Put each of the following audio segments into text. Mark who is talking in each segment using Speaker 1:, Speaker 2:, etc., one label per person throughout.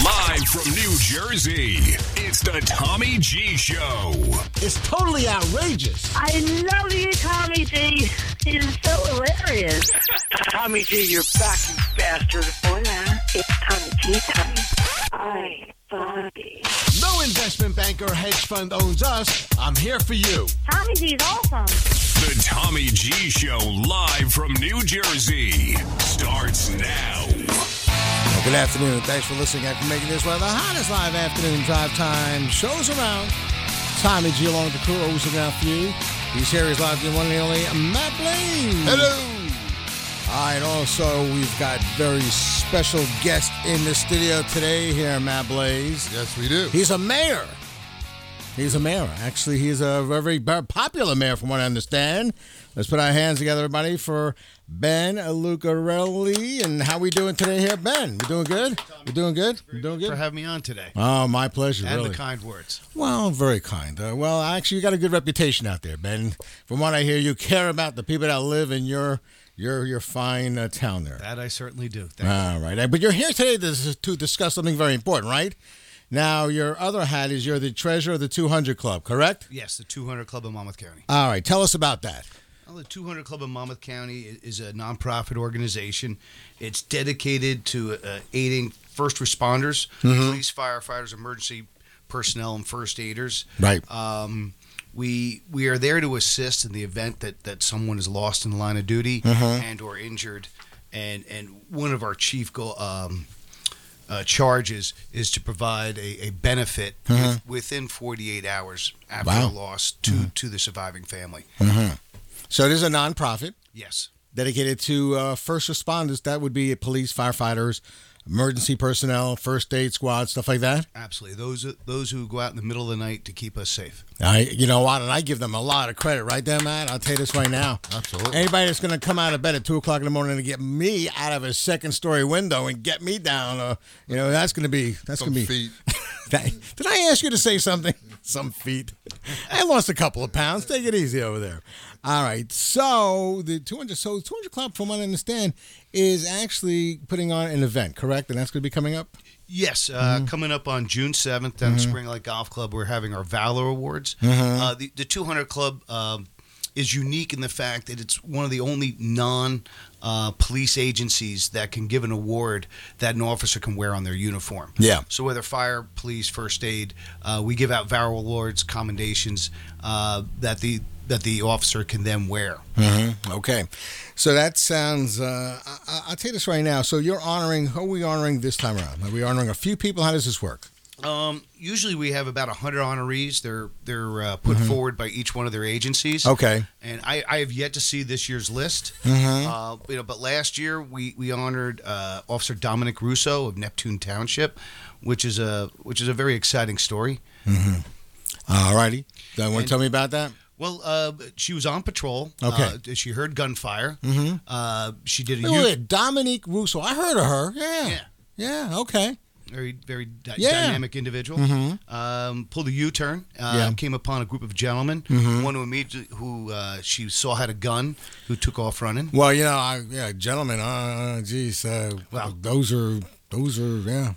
Speaker 1: Live from New Jersey, it's the Tommy G Show.
Speaker 2: It's totally outrageous.
Speaker 3: I love you, Tommy G. He's so hilarious.
Speaker 4: Tommy G, you're back, you bastard.
Speaker 3: Hola, it's Tommy G. Tommy. I Bobby.
Speaker 2: No investment bank or hedge fund owns us. I'm here for you.
Speaker 3: Tommy G's awesome.
Speaker 1: The Tommy G Show live from New Jersey starts now.
Speaker 2: Well, good afternoon. Thanks for listening and for making this one of the hottest live afternoon drive time shows around. Tommy G along with the crew always looking out for you. He's here. He's live. The one and only Matt Blaine. Hello. All right. Also, we've got very special guest in the studio today here, Matt Blaze.
Speaker 5: Yes, we do.
Speaker 2: He's a mayor. He's a mayor. Actually, he's a very, very popular mayor, from what I understand. Let's put our hands together, everybody, for Ben Lucarelli. And how we doing today here, Ben? We doing good? We doing good? We doing
Speaker 5: for
Speaker 2: good?
Speaker 5: having me on today.
Speaker 2: Oh, my pleasure,
Speaker 5: And
Speaker 2: really.
Speaker 5: the kind words.
Speaker 2: Well, very kind. Uh, well, actually, you got a good reputation out there, Ben. From what I hear, you care about the people that live in your your your fine uh, town there.
Speaker 5: That I certainly do. Thank you.
Speaker 2: All right, Uh, but you're here today to, to discuss something very important, right? Now, your other hat is you're the treasurer of the 200 Club, correct?
Speaker 5: Yes, the 200 Club of Monmouth County.
Speaker 2: All right, tell us about that.
Speaker 5: Well, the 200 Club of Monmouth County i- is a nonprofit organization. It's dedicated to uh, aiding first responders,
Speaker 2: Mm-hmm.
Speaker 5: police, firefighters, emergency personnel, and first aiders.
Speaker 2: Right.
Speaker 5: Um, we we are there to assist in the event that, that someone is lost in the line of duty and or injured, and and one of our chief goal. Um, uh, charges is to provide a, a benefit with, within 48 hours after
Speaker 2: Wow.
Speaker 5: a loss to, to the surviving family.
Speaker 2: So, it is a nonprofit
Speaker 5: Yes.
Speaker 2: dedicated to uh, first responders. That would be police, firefighters, emergency personnel, first aid squad, stuff like that.
Speaker 5: Absolutely. Those those who go out in the middle of the night to keep us safe.
Speaker 2: I, you know what, and I give them a lot of credit right there, Matt. I'll tell you this right now.
Speaker 5: Absolutely.
Speaker 2: Anybody that's going to come out of bed at two o'clock in the morning to get me out of a second story window and get me down, uh, you know, that's going to be that's going to be. That- did I ask you to say something? Some feet. I lost a couple of pounds. Take it easy over there. All right. So the 200, so 200 Club, from what I understand, is actually putting on an event, correct? And that's going to be coming up.
Speaker 5: Yes, uh, coming up on June seventh down at Spring Lake Golf Club, we're having our Valor Awards. Uh, the the two hundred club um, is unique in the fact that it's one of the only non uh, police agencies that can give an award that an officer can wear on their uniform.
Speaker 2: Yeah.
Speaker 5: So whether fire, police, first aid, uh, we give out Valor Awards, commendations uh, that the that the officer can then wear.
Speaker 2: Mm-hmm. Okay, so that sounds. Uh, I- I, I'll tell you this right now. So you're honoring. Who are we honoring this time around? Are we honoring a few people? How does this work?
Speaker 5: Um, usually we have about 100 honorees. They're they're uh, put forward by each one of their agencies.
Speaker 2: Okay.
Speaker 5: And I, I have yet to see this year's list.
Speaker 2: Mm-hmm.
Speaker 5: Uh, you know, but last year we we honored uh, Officer Dominic Russo of Neptune Township, which is a which is a very exciting story.
Speaker 2: All righty. Do you want to tell me about that?
Speaker 5: Well, uh, she was on patrol.
Speaker 2: Okay. Mm-hmm.
Speaker 5: Uh, she heard gunfire. Uh, she did a
Speaker 2: Wait,
Speaker 5: U-
Speaker 2: wait, wait, Dominique Russo. I heard of her. Yeah.
Speaker 5: Yeah.
Speaker 2: Yeah, Okay.
Speaker 5: very very dy-
Speaker 2: Yeah. Mm-hmm.
Speaker 5: dynamic individual. Um, pulled a U-turn. Uh,
Speaker 2: Yeah. Mm-hmm.
Speaker 5: Came upon a group of gentlemen. One who immediately who uh, she saw had a gun, who took off running.
Speaker 2: Well, you know, I, yeah, gentlemen. Uh, geez. Uh, well, those are those are yeah.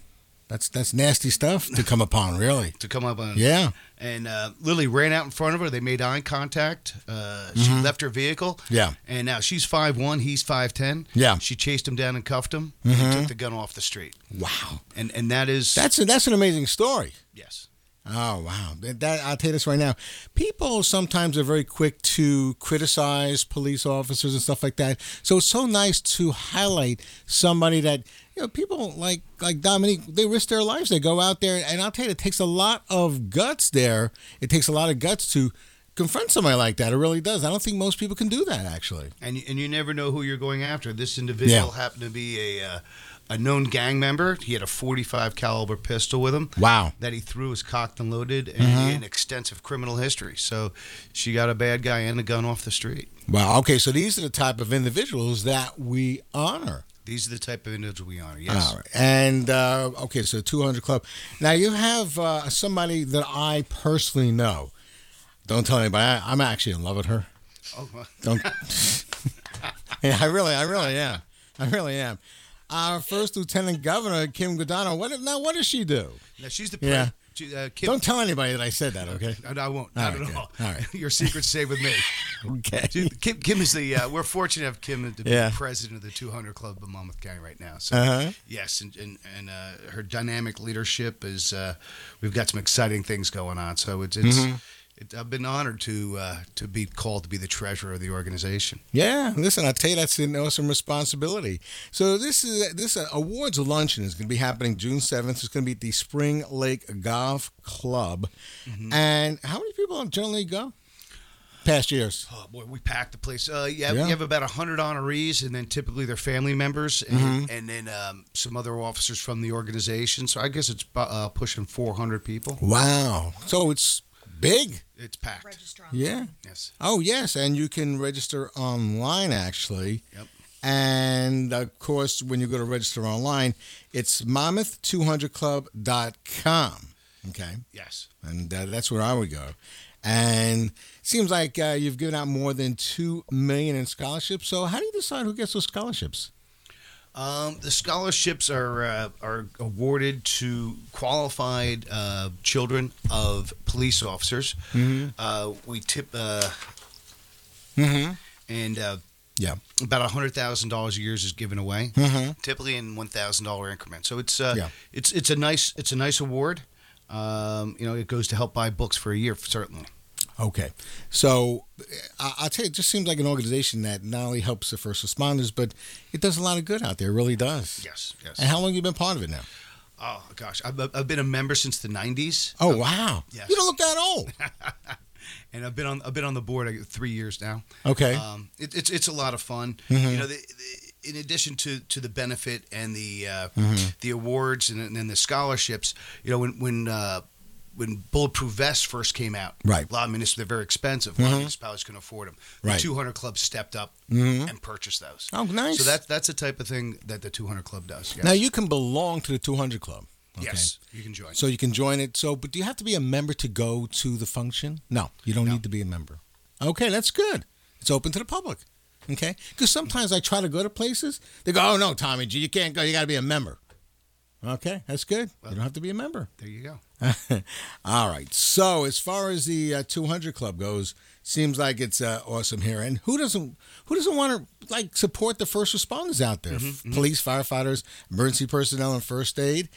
Speaker 2: That's that's nasty stuff to come upon, really.
Speaker 5: To come up on
Speaker 2: Yeah.
Speaker 5: And uh, Lily ran out in front of her. They made eye contact. Uh, she left her vehicle.
Speaker 2: Mm-hmm. Yeah.
Speaker 5: And now she's five one. He's five ten.
Speaker 2: Yeah. Mm-hmm.
Speaker 5: She chased him down and cuffed him. And took the gun off the street.
Speaker 2: Wow.
Speaker 5: And and that is
Speaker 2: That's a, that's an amazing story.
Speaker 5: yes.
Speaker 2: Oh wow! That, that- I'll tell you this right now. People sometimes are very quick to criticize police officers and stuff like that. So it's so nice to highlight somebody that you know people like like Dominique. They risk their lives. They go out there, and I'll tell you, it takes a lot of guts. There, it takes a lot of guts to confront somebody like that. It really does. I don't think most people can do that actually.
Speaker 5: and and you never know who you're going after. This individual
Speaker 2: Yeah.
Speaker 5: happened to be a uh, a known gang member. He had a 45 caliber pistol with him.
Speaker 2: Wow.
Speaker 5: That he threw was cocked and loaded, and he
Speaker 2: Mm-hmm.
Speaker 5: had an extensive criminal history. So she got a bad guy and a gun off the street.
Speaker 2: Wow. Okay. So these are the type of individuals that we honor.
Speaker 5: These are the type of individuals we honor. Yes.
Speaker 2: All right. And uh, okay, so 200 Club. Now you have uh, somebody that I personally know. Don't tell anybody. I, I'm actually in love with her.
Speaker 5: Oh, well,
Speaker 2: Don't. yeah, I really, I really am. I really am. Our first lieutenant governor, Kim Godano. What now? What does she do?
Speaker 5: Now she's the
Speaker 2: Yeah.
Speaker 5: pre- she- uh, Kim-
Speaker 2: Don't tell anybody that I said that. Okay.
Speaker 5: And I won't.
Speaker 2: All
Speaker 5: Not
Speaker 2: right,
Speaker 5: at all.
Speaker 2: good. All right.
Speaker 5: Your secret's safe with me.
Speaker 2: Okay.
Speaker 5: Dude, Kim, Kim is the. Uh, we're fortunate to have Kim to be
Speaker 2: Yeah.
Speaker 5: president of the 200 Club of Monmouth County right now. So
Speaker 2: Uh-huh.
Speaker 5: yes, and and, and uh, her dynamic leadership is. Uh, we've got some exciting things going on. So it's. it's
Speaker 2: Mm-hmm.
Speaker 5: it, I've been honored to uh, to be called to be the treasurer of the organization.
Speaker 2: Yeah, listen, I tell you, that's an awesome responsibility. So this is this uh, awards luncheon is going to be happening June seventh. It's going to be at the Spring Lake Golf Club, and how many people have generally go? Past years,
Speaker 5: Oh boy, we packed the place. Uh, yeah,
Speaker 2: Yeah.
Speaker 5: we have about hundred honorees, and then typically their family members, and,
Speaker 2: Mm-hmm.
Speaker 5: and then um, some other officers from the organization. So I guess it's bu- uh, pushing four hundred people.
Speaker 2: wow! So it's big,
Speaker 5: It's packed.
Speaker 6: Register on.
Speaker 2: yeah.
Speaker 5: Yes.
Speaker 2: Oh yes, and you can register online actually.
Speaker 5: Yep.
Speaker 2: And of course, when you go to register online, it's mammoth200club.com. Okay.
Speaker 5: Yes.
Speaker 2: and uh, that's where I would go. And it seems like uh, you've given out more than two million in scholarships. So how do you decide who gets those scholarships?
Speaker 5: Um, the scholarships are uh, are awarded to qualified uh, children of police officers. Uh, we tip uh,
Speaker 2: Mm-hmm.
Speaker 5: and uh,
Speaker 2: Yeah.
Speaker 5: about hundred thousand dollars a year is given away,
Speaker 2: Mhm.
Speaker 5: typically in one thousand dollar increments. So it's uh,
Speaker 2: Yeah.
Speaker 5: it's it's a nice it's a nice award. Um, you know, it goes to help buy books for a year certainly.
Speaker 2: Okay. So I- I'll tell you, it just seems like an organization that not only helps the first responders, but it does a lot of good out there. It really does.
Speaker 5: Yes, yes.
Speaker 2: And how long have you been part of it now?
Speaker 5: Oh gosh, I've, I've been a member since the '90s,
Speaker 2: Oh, wow.
Speaker 5: yes.
Speaker 2: You don't look that old.
Speaker 5: and I've been on I've been on the board uh, three years now.
Speaker 2: Okay. Mm-hmm.
Speaker 5: Um, it, it's it's a lot of fun. You know, the, the, in addition to, to the benefit and the uh,
Speaker 2: Mm-hmm.
Speaker 5: the awards and, and then the scholarships, you know, when when uh, when bulletproof vests first came out,
Speaker 2: Right. Mm-hmm.
Speaker 5: A lot of municipalities they're very expensive. A lot of municipalities can afford them. The
Speaker 2: Right. Mm-hmm.
Speaker 5: 200 Club stepped up and purchased those.
Speaker 2: Oh, nice.
Speaker 5: So that that's the type of thing that the 200 Club does. Yes.
Speaker 2: Now you can belong to the 200 Club. Okay.
Speaker 5: yes, you can join.
Speaker 2: So you can join it. So, but do you have to be a member to go to the function? No, you don't
Speaker 5: No.
Speaker 2: need to be a member. Okay, that's good. It's open to the public. Okay, because sometimes I try to go to places. They go, "Oh no, Tommy G, you can't go. You got to be a member." Okay, that's good. you don't have to be a member.
Speaker 5: there you go.
Speaker 2: All right. So as far as the uh, 200 Club goes, seems like it's uh, awesome here. And who doesn't who doesn't want to like support the first responders out there? Police, firefighters, emergency personnel, and first aid.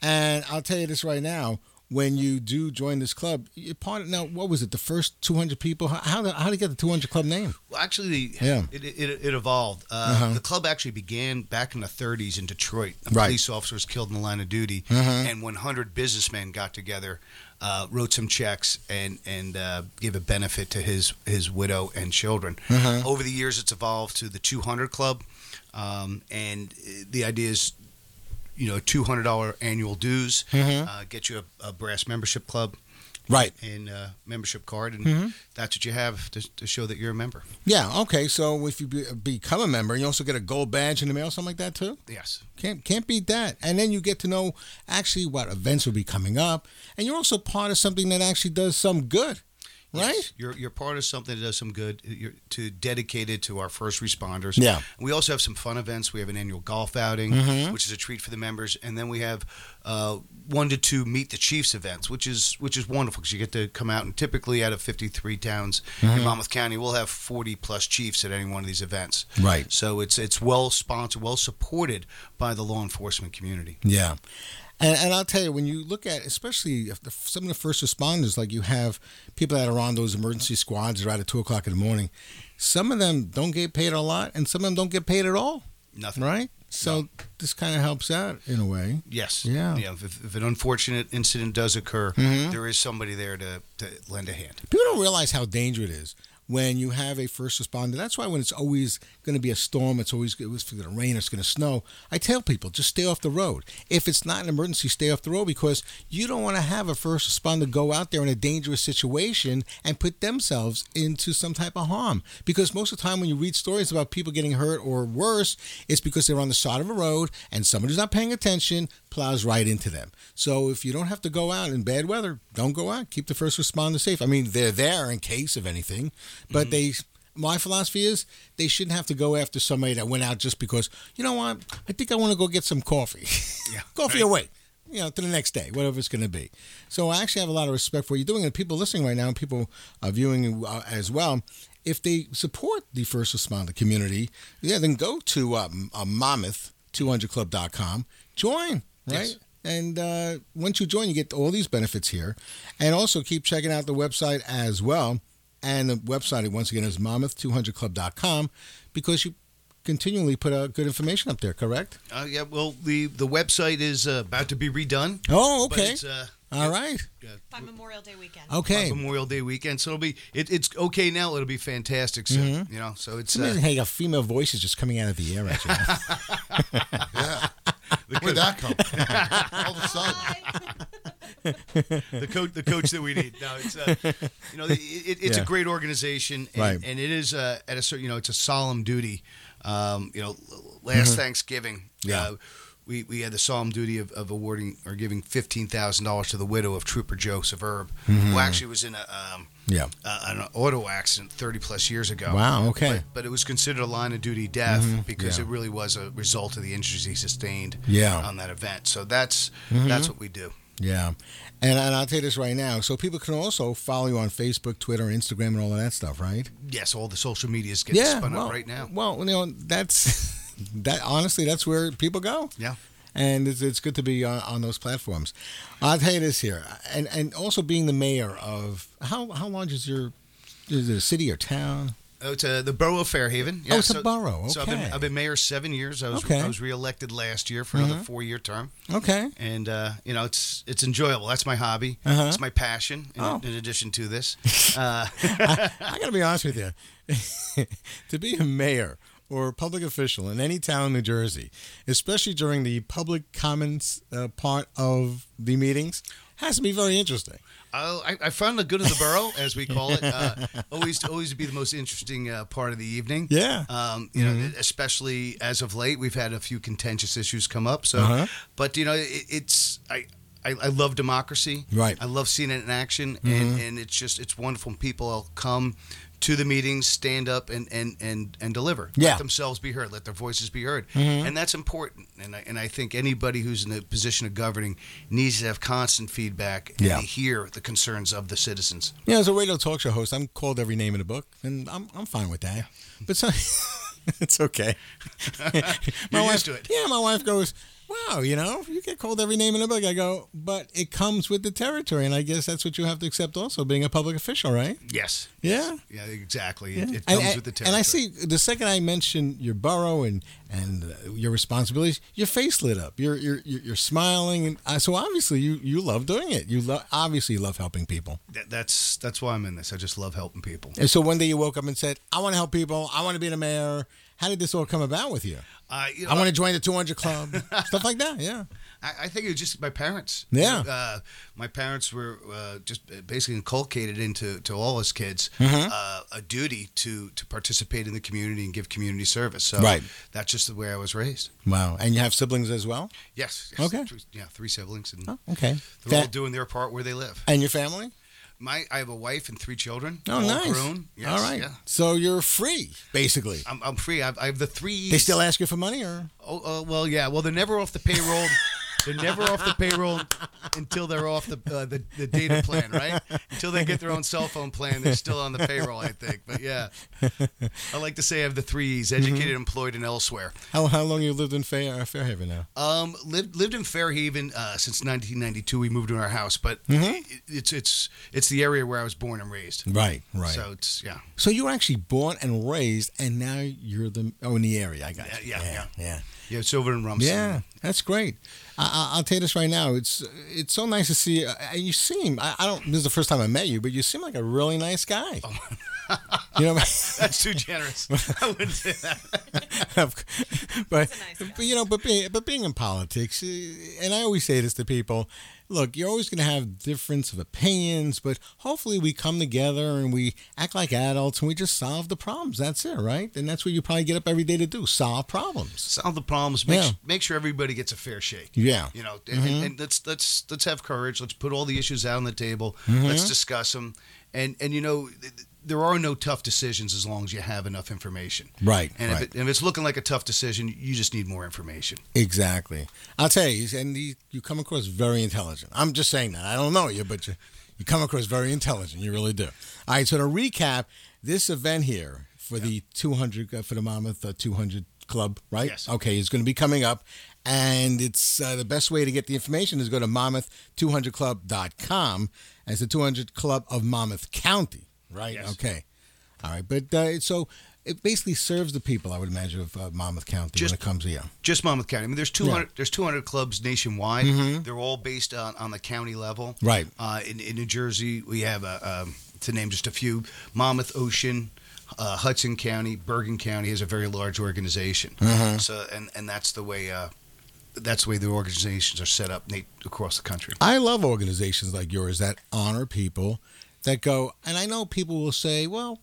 Speaker 2: And I'll tell you this right now: when you do join this club, you're part of now. What was it? The first 200 people? How how, did- how did you get the 200 Club name?
Speaker 5: Well, actually,
Speaker 2: Yeah. Uh-huh.
Speaker 5: it, it, it evolved. Uh, The club actually began back in the 30s in Detroit. A
Speaker 2: Right. Uh-huh.
Speaker 5: police officer was killed in the line of duty, and 100 businessmen got together, uh, wrote some checks, and and uh, gave a benefit to his his widow and children.
Speaker 2: Uh-huh.
Speaker 5: Over the years, it's evolved to the 200 Club, um, and uh, the idea is. You know, two hundred dollar annual dues
Speaker 2: Uh-huh.
Speaker 5: uh, get you a, a brass membership club
Speaker 2: Right.
Speaker 5: and uh, membership card, and
Speaker 2: Mm-hmm.
Speaker 5: that's what you have to, to show that you're a member.
Speaker 2: Yeah. Okay. So if you be, become a member, you also get a gold badge in the mail, something like that too.
Speaker 5: Yes.
Speaker 2: Can't can't beat that. And then you get to know actually what events will be coming up, and you're also part of something that actually does some good, right?
Speaker 5: Yes. You're you're part of something that does some good. You're to dedicated to our first responders.
Speaker 2: Yeah. Mm-hmm.
Speaker 5: We also have some fun events. We have an annual golf outing, which is a treat for the members, and then we have uh, one to two meet the chiefs events, which is which is wonderful because you get to come out and typically out of 53 towns
Speaker 2: Mm-hmm.
Speaker 5: in Monmouth County, we'll have 40 plus chiefs at any one of these events.
Speaker 2: Right.
Speaker 5: So it's it's well sponsored, well supported by the law enforcement community.
Speaker 2: Yeah. And, and I'll tell you, when you look at especially if the, some of the first responders, like you have people that are on those emergency squads that are out at two o'clock in the morning, some of them don't get paid a lot, and some of them don't get paid at all,
Speaker 5: Nothing.
Speaker 2: right? So this kind of helps out in a way.
Speaker 5: Yes.
Speaker 2: Yeah.
Speaker 5: If, if an unfortunate incident does occur, there is somebody there to, to lend a hand.
Speaker 2: People don't realize how dangerous it is when you have a first responder. That's why when it's always going to be a storm, it's always going to rain, it's going to snow. I tell people just stay off the road. If it's not an emergency, stay off the road because you don't want to have a first responder go out there in a dangerous situation and put themselves into some type of harm. Because most of the time, when you read stories about people getting hurt or worse, it's because they're on the side of a road and someone who's not paying attention plows right into them. So if you don't have to go out in bad weather, don't go out. Keep the first responder safe. I mean, they're there in case of anything, but they my philosophy is they shouldn't have to go after somebody that went out just because you know what I think I want to go get some coffee.
Speaker 5: Yeah,
Speaker 2: coffee
Speaker 5: right.
Speaker 2: away. You know, to the next day, whatever it's going to be. So I actually have a lot of respect for what you're doing, and people listening right now, and people uh, viewing uh, as well. If they support the first responder community, yeah, then go to um, uh, mammoth200club.com, join, right?
Speaker 5: Yes.
Speaker 2: And uh, once you join, you get all these benefits here. And also keep checking out the website as well. And the website, once again, is mammoth200club.com because you continually put out good information up there, correct?
Speaker 5: Uh, yeah, well, the, the website is uh, about to be redone.
Speaker 2: Oh,
Speaker 5: But
Speaker 2: okay.
Speaker 5: it's, uh,
Speaker 2: All right.
Speaker 6: by Memorial Day weekend.
Speaker 2: Okay.
Speaker 5: on Memorial Day weekend, so it'll be it, it's okay now. It'll be fantastic soon. You know, so it's
Speaker 2: It's amazing
Speaker 5: uh,
Speaker 2: how you got female voices just coming out of the air at you.
Speaker 5: uh,
Speaker 7: Where'd that come from? All of a sudden.
Speaker 5: the coach the coach that we need. No, it's uh, you know it, it, it's
Speaker 2: Yeah.
Speaker 5: a great organization, and,
Speaker 2: Right.
Speaker 5: and it is uh, at a cer- you know it's a solemn duty. Um, you know, l- last Thanksgiving,
Speaker 2: Mm-hmm. Yeah.
Speaker 5: uh, we we had the solemn duty of, of awarding or giving fifteen thousand dollars to the widow of Trooper Joseph Erb,
Speaker 2: Mm-hmm.
Speaker 5: who actually was in a. Um,
Speaker 2: yeah.
Speaker 5: uh, an auto accident 30 plus years ago.
Speaker 2: Wow, okay.
Speaker 5: But, but it was considered a line of duty death because
Speaker 2: yeah.
Speaker 5: it really was a result of the injuries he sustained
Speaker 2: Yeah. Mm-hmm.
Speaker 5: on that event. So that's that's what we do.
Speaker 2: Yeah. And, and I'll tell you this right now. So people can also follow you on Facebook, Twitter, Instagram, and all of that stuff, right?
Speaker 5: Yes, all the social medias getting spun
Speaker 2: well,
Speaker 5: up right now.
Speaker 2: Well, you know, that's that. Honestly, that's where people go.
Speaker 5: Yeah.
Speaker 2: and it's, it's good to be on, on those platforms. I'll tell you this here, and and also being the mayor of how how large is your is it a city or town?
Speaker 5: Oh, it's uh, the borough of Fairhaven.
Speaker 2: Oh, it's a borough,
Speaker 5: So I've been,
Speaker 2: okay.
Speaker 5: I've been mayor seven years. I was
Speaker 2: Okay. Mm-hmm.
Speaker 5: I was reelected last year for another four year term,
Speaker 2: Okay,
Speaker 5: and uh, you know it's it's enjoyable. That's my hobby.
Speaker 2: Uh-huh.
Speaker 5: It's my passion. In,
Speaker 2: Oh.
Speaker 5: in addition to this, uh,
Speaker 2: I got to be honest with you, to be a mayor or a public official in any town in New Jersey, especially during the public comments uh, part of the meetings, has to be very interesting.
Speaker 5: I'll- I, I found the good of the borough, as we call it, uh, always always to be the most interesting uh, part of the evening.
Speaker 2: Yeah.
Speaker 5: Um, you know,
Speaker 2: Mm-hmm.
Speaker 5: especially as of late, we've had a few contentious issues come up. So,
Speaker 2: Uh-huh.
Speaker 5: but you know, it, it's I, I I love democracy.
Speaker 2: Right. Mm-hmm.
Speaker 5: I love seeing it in action, and, and it's just it's wonderful. when People come to the meetings, stand up, and and and and deliver.
Speaker 2: Yeah. Mm-hmm.
Speaker 5: Let themselves be heard. Let their voices be heard, and that's important. And I, and I think anybody who's in a position of governing needs to have constant feedback and
Speaker 2: Yeah.
Speaker 5: hear the concerns of the citizens.
Speaker 2: Yeah, as a radio talk show host, I'm called every name in the book, and I'm I'm fine with that. But so, it's okay.
Speaker 5: You're
Speaker 2: wife,
Speaker 5: used to it.
Speaker 2: Yeah, my wife goes, "Wow, you know, you get called every name in the book." I go, "But it comes with the territory, and I guess that's what you have to accept, also being a public official, right?"
Speaker 5: Yes.
Speaker 2: Yeah.
Speaker 5: Yeah, exactly. It, it
Speaker 2: And-
Speaker 5: comes
Speaker 2: and,
Speaker 5: with the
Speaker 2: and
Speaker 5: territory.
Speaker 2: I see the second I mentioned your borough and and uh, your responsibilities, your face lit up. You're you're you're you're smiling, and uh, so obviously you you love doing it. You love obviously you love helping people.
Speaker 5: That- that's that's why I'm in this. I just love helping people.
Speaker 2: And so one day you woke up and said, "I want to help people. I want to be the mayor." How did this all come about with you?
Speaker 5: Uh, you know,
Speaker 2: I want to join the 200 club, stuff like that. Yeah.
Speaker 5: I, I think it was just my parents.
Speaker 2: Yeah.
Speaker 5: Uh, my parents were uh, just basically inculcated into to all us kids
Speaker 2: Mm-hmm.
Speaker 5: uh, a duty to to participate in the community and give community service. So
Speaker 2: Right.
Speaker 5: that's just the way I was raised.
Speaker 2: Wow. And you have siblings as well.
Speaker 5: Yes. yes.
Speaker 2: Okay.
Speaker 5: Three- yeah, three siblings, and
Speaker 2: Okay.
Speaker 5: they're all
Speaker 2: Fa-
Speaker 5: doing their part where they live.
Speaker 2: and your family?
Speaker 5: My, I have a wife and three children.
Speaker 2: Oh,
Speaker 5: all
Speaker 2: nice.
Speaker 5: Grown. Yes,
Speaker 2: all right.
Speaker 5: Yeah.
Speaker 2: So you're free, basically.
Speaker 5: I'm, I'm free. I've, I have the three.
Speaker 2: They still ask you for money, or
Speaker 5: Oh, uh, well, yeah. Well, they're never off the payroll. they're never off the payroll until they're off the, uh, the the data plan, right? Until they get their own cell phone plan, they're still on the payroll, I think. But yeah, I like to say I have the three E's:
Speaker 2: Mm-hmm.
Speaker 5: educated, employed, and elsewhere.
Speaker 2: how how long you lived in Fair, Fairhaven now?
Speaker 5: Um, lived lived in Fairhaven uh, since 1992. We moved to our house, but
Speaker 2: Mm-hmm.
Speaker 5: it- it's it's it's the area where I was born and raised.
Speaker 2: Right. Right.
Speaker 5: So
Speaker 2: So,
Speaker 5: it's yeah.
Speaker 2: you were actually born and raised, and now you're the oh in the area. I got you.
Speaker 5: Yeah, yeah,
Speaker 2: Yeah. yeah.
Speaker 5: Yeah, it's over in Rumson.
Speaker 2: Yeah, that's great. I, I, I'll tell you this right now. It's it's so nice to see. Uh, you seem I, I don't. This is the first time I met you, but you seem like a really nice guy. you know,
Speaker 5: That's too generous. I wouldn't say that.
Speaker 2: but, but
Speaker 6: guy.
Speaker 2: you know, but being but being in politics, uh, and I always say this to people: look, you're always going to have difference of opinions, but hopefully we come together and we act like adults and we just solve the problems. That's it, right? And that's what you probably get up every day to do: solve problems.
Speaker 5: solve the problems. Make,
Speaker 2: Yeah.
Speaker 5: make sure everybody gets a fair shake.
Speaker 2: Yeah.
Speaker 5: you know, and,
Speaker 2: Mm-hmm.
Speaker 5: and, and let's let's
Speaker 2: Mm-hmm.
Speaker 5: let's have courage. Let's put all the issues out on the table. Let's discuss them. And and you know, th- th- there are no tough decisions as long as you have enough information.
Speaker 2: Right,
Speaker 5: And
Speaker 2: right.
Speaker 5: if, it, if it's looking like a tough decision, you just need more information.
Speaker 2: Exactly. I'll tell you, and you, you come across very intelligent. I'm just saying that. I don't know you, but you, you come across very intelligent. You really do. All right. So to recap, this event here for the 200 uh, for the Monmouth uh, 200 Club, right?
Speaker 5: Yes.
Speaker 2: Okay, it's going to be coming up, and it's uh, the best way to get the information is go to Monmouth200club.com. And it's the 200 Club of Monmouth County, right?
Speaker 5: Yes.
Speaker 2: Okay. All right, but uh, so it basically serves the people, I would imagine, of uh, Monmouth County
Speaker 5: Just-
Speaker 2: when it comes to you.
Speaker 5: Just Monmouth County. I mean, there's 200. There's 200 clubs nationwide.
Speaker 2: Mm-hmm.
Speaker 5: They're all based on, on the county level.
Speaker 2: Right.
Speaker 5: Uh, in, in New Jersey, we have uh, um, to name just a few: Monmouth, Ocean, uh, Hudson County, Bergen County is a very large organization. So, and and that's the way. Uh, that's the way the organizations are set up na- across the country.
Speaker 2: I love organizations like yours that honor people that go, and I know people will say, well,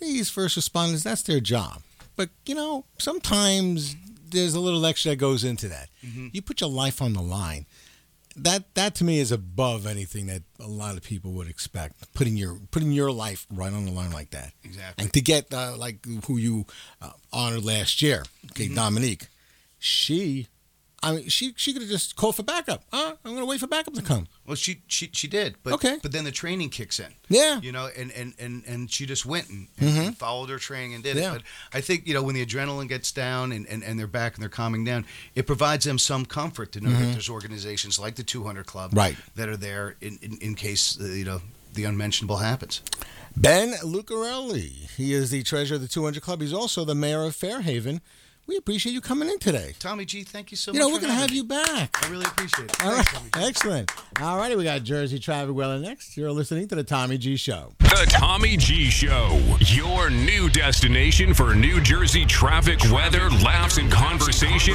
Speaker 2: these first responders, that's their job. But, you know, sometimes there's a little extra that goes into that. You put your life on the line. That, that to me is above anything that a lot of people would expect. Putting your putting your life right on the line like that,
Speaker 5: Exactly.
Speaker 2: and to get uh, like who you uh, honored last year, okay, Dominique, she, I mean, she she could have just called for backup. Uh, I'm going to wait for backup to come.
Speaker 5: Well, she she she did, but
Speaker 2: Okay.
Speaker 5: But then the training kicks in.
Speaker 2: Yeah.
Speaker 5: you know, and and and and she just went and, and followed her training and did
Speaker 2: Mm-hmm. Yeah.
Speaker 5: it. But I think you know when the adrenaline gets down and, and and they're back and they're calming down, it provides them some comfort to know that there's organizations like the 200 Club,
Speaker 2: Mm-hmm. Right.
Speaker 5: that are there in in, in case uh, you know the unmentionable happens.
Speaker 2: Ben Lucarelli. He is the treasurer of the 200 Club. He's also the mayor of Fairhaven. We appreciate you coming in today.
Speaker 5: Tommy G, thank you so
Speaker 2: You
Speaker 5: much.
Speaker 2: know, we're
Speaker 5: for
Speaker 2: going to have
Speaker 5: having
Speaker 2: you
Speaker 5: me.
Speaker 2: back.
Speaker 5: I really appreciate it.
Speaker 2: All
Speaker 5: Thanks,
Speaker 2: right.
Speaker 5: Tommy G.
Speaker 2: Excellent. All righty. We got Jersey Traffic Weather next. You're listening to the Tommy G Show.
Speaker 1: The Tommy G Show, your new destination for New Jersey traffic, weather, laughs, and conversation.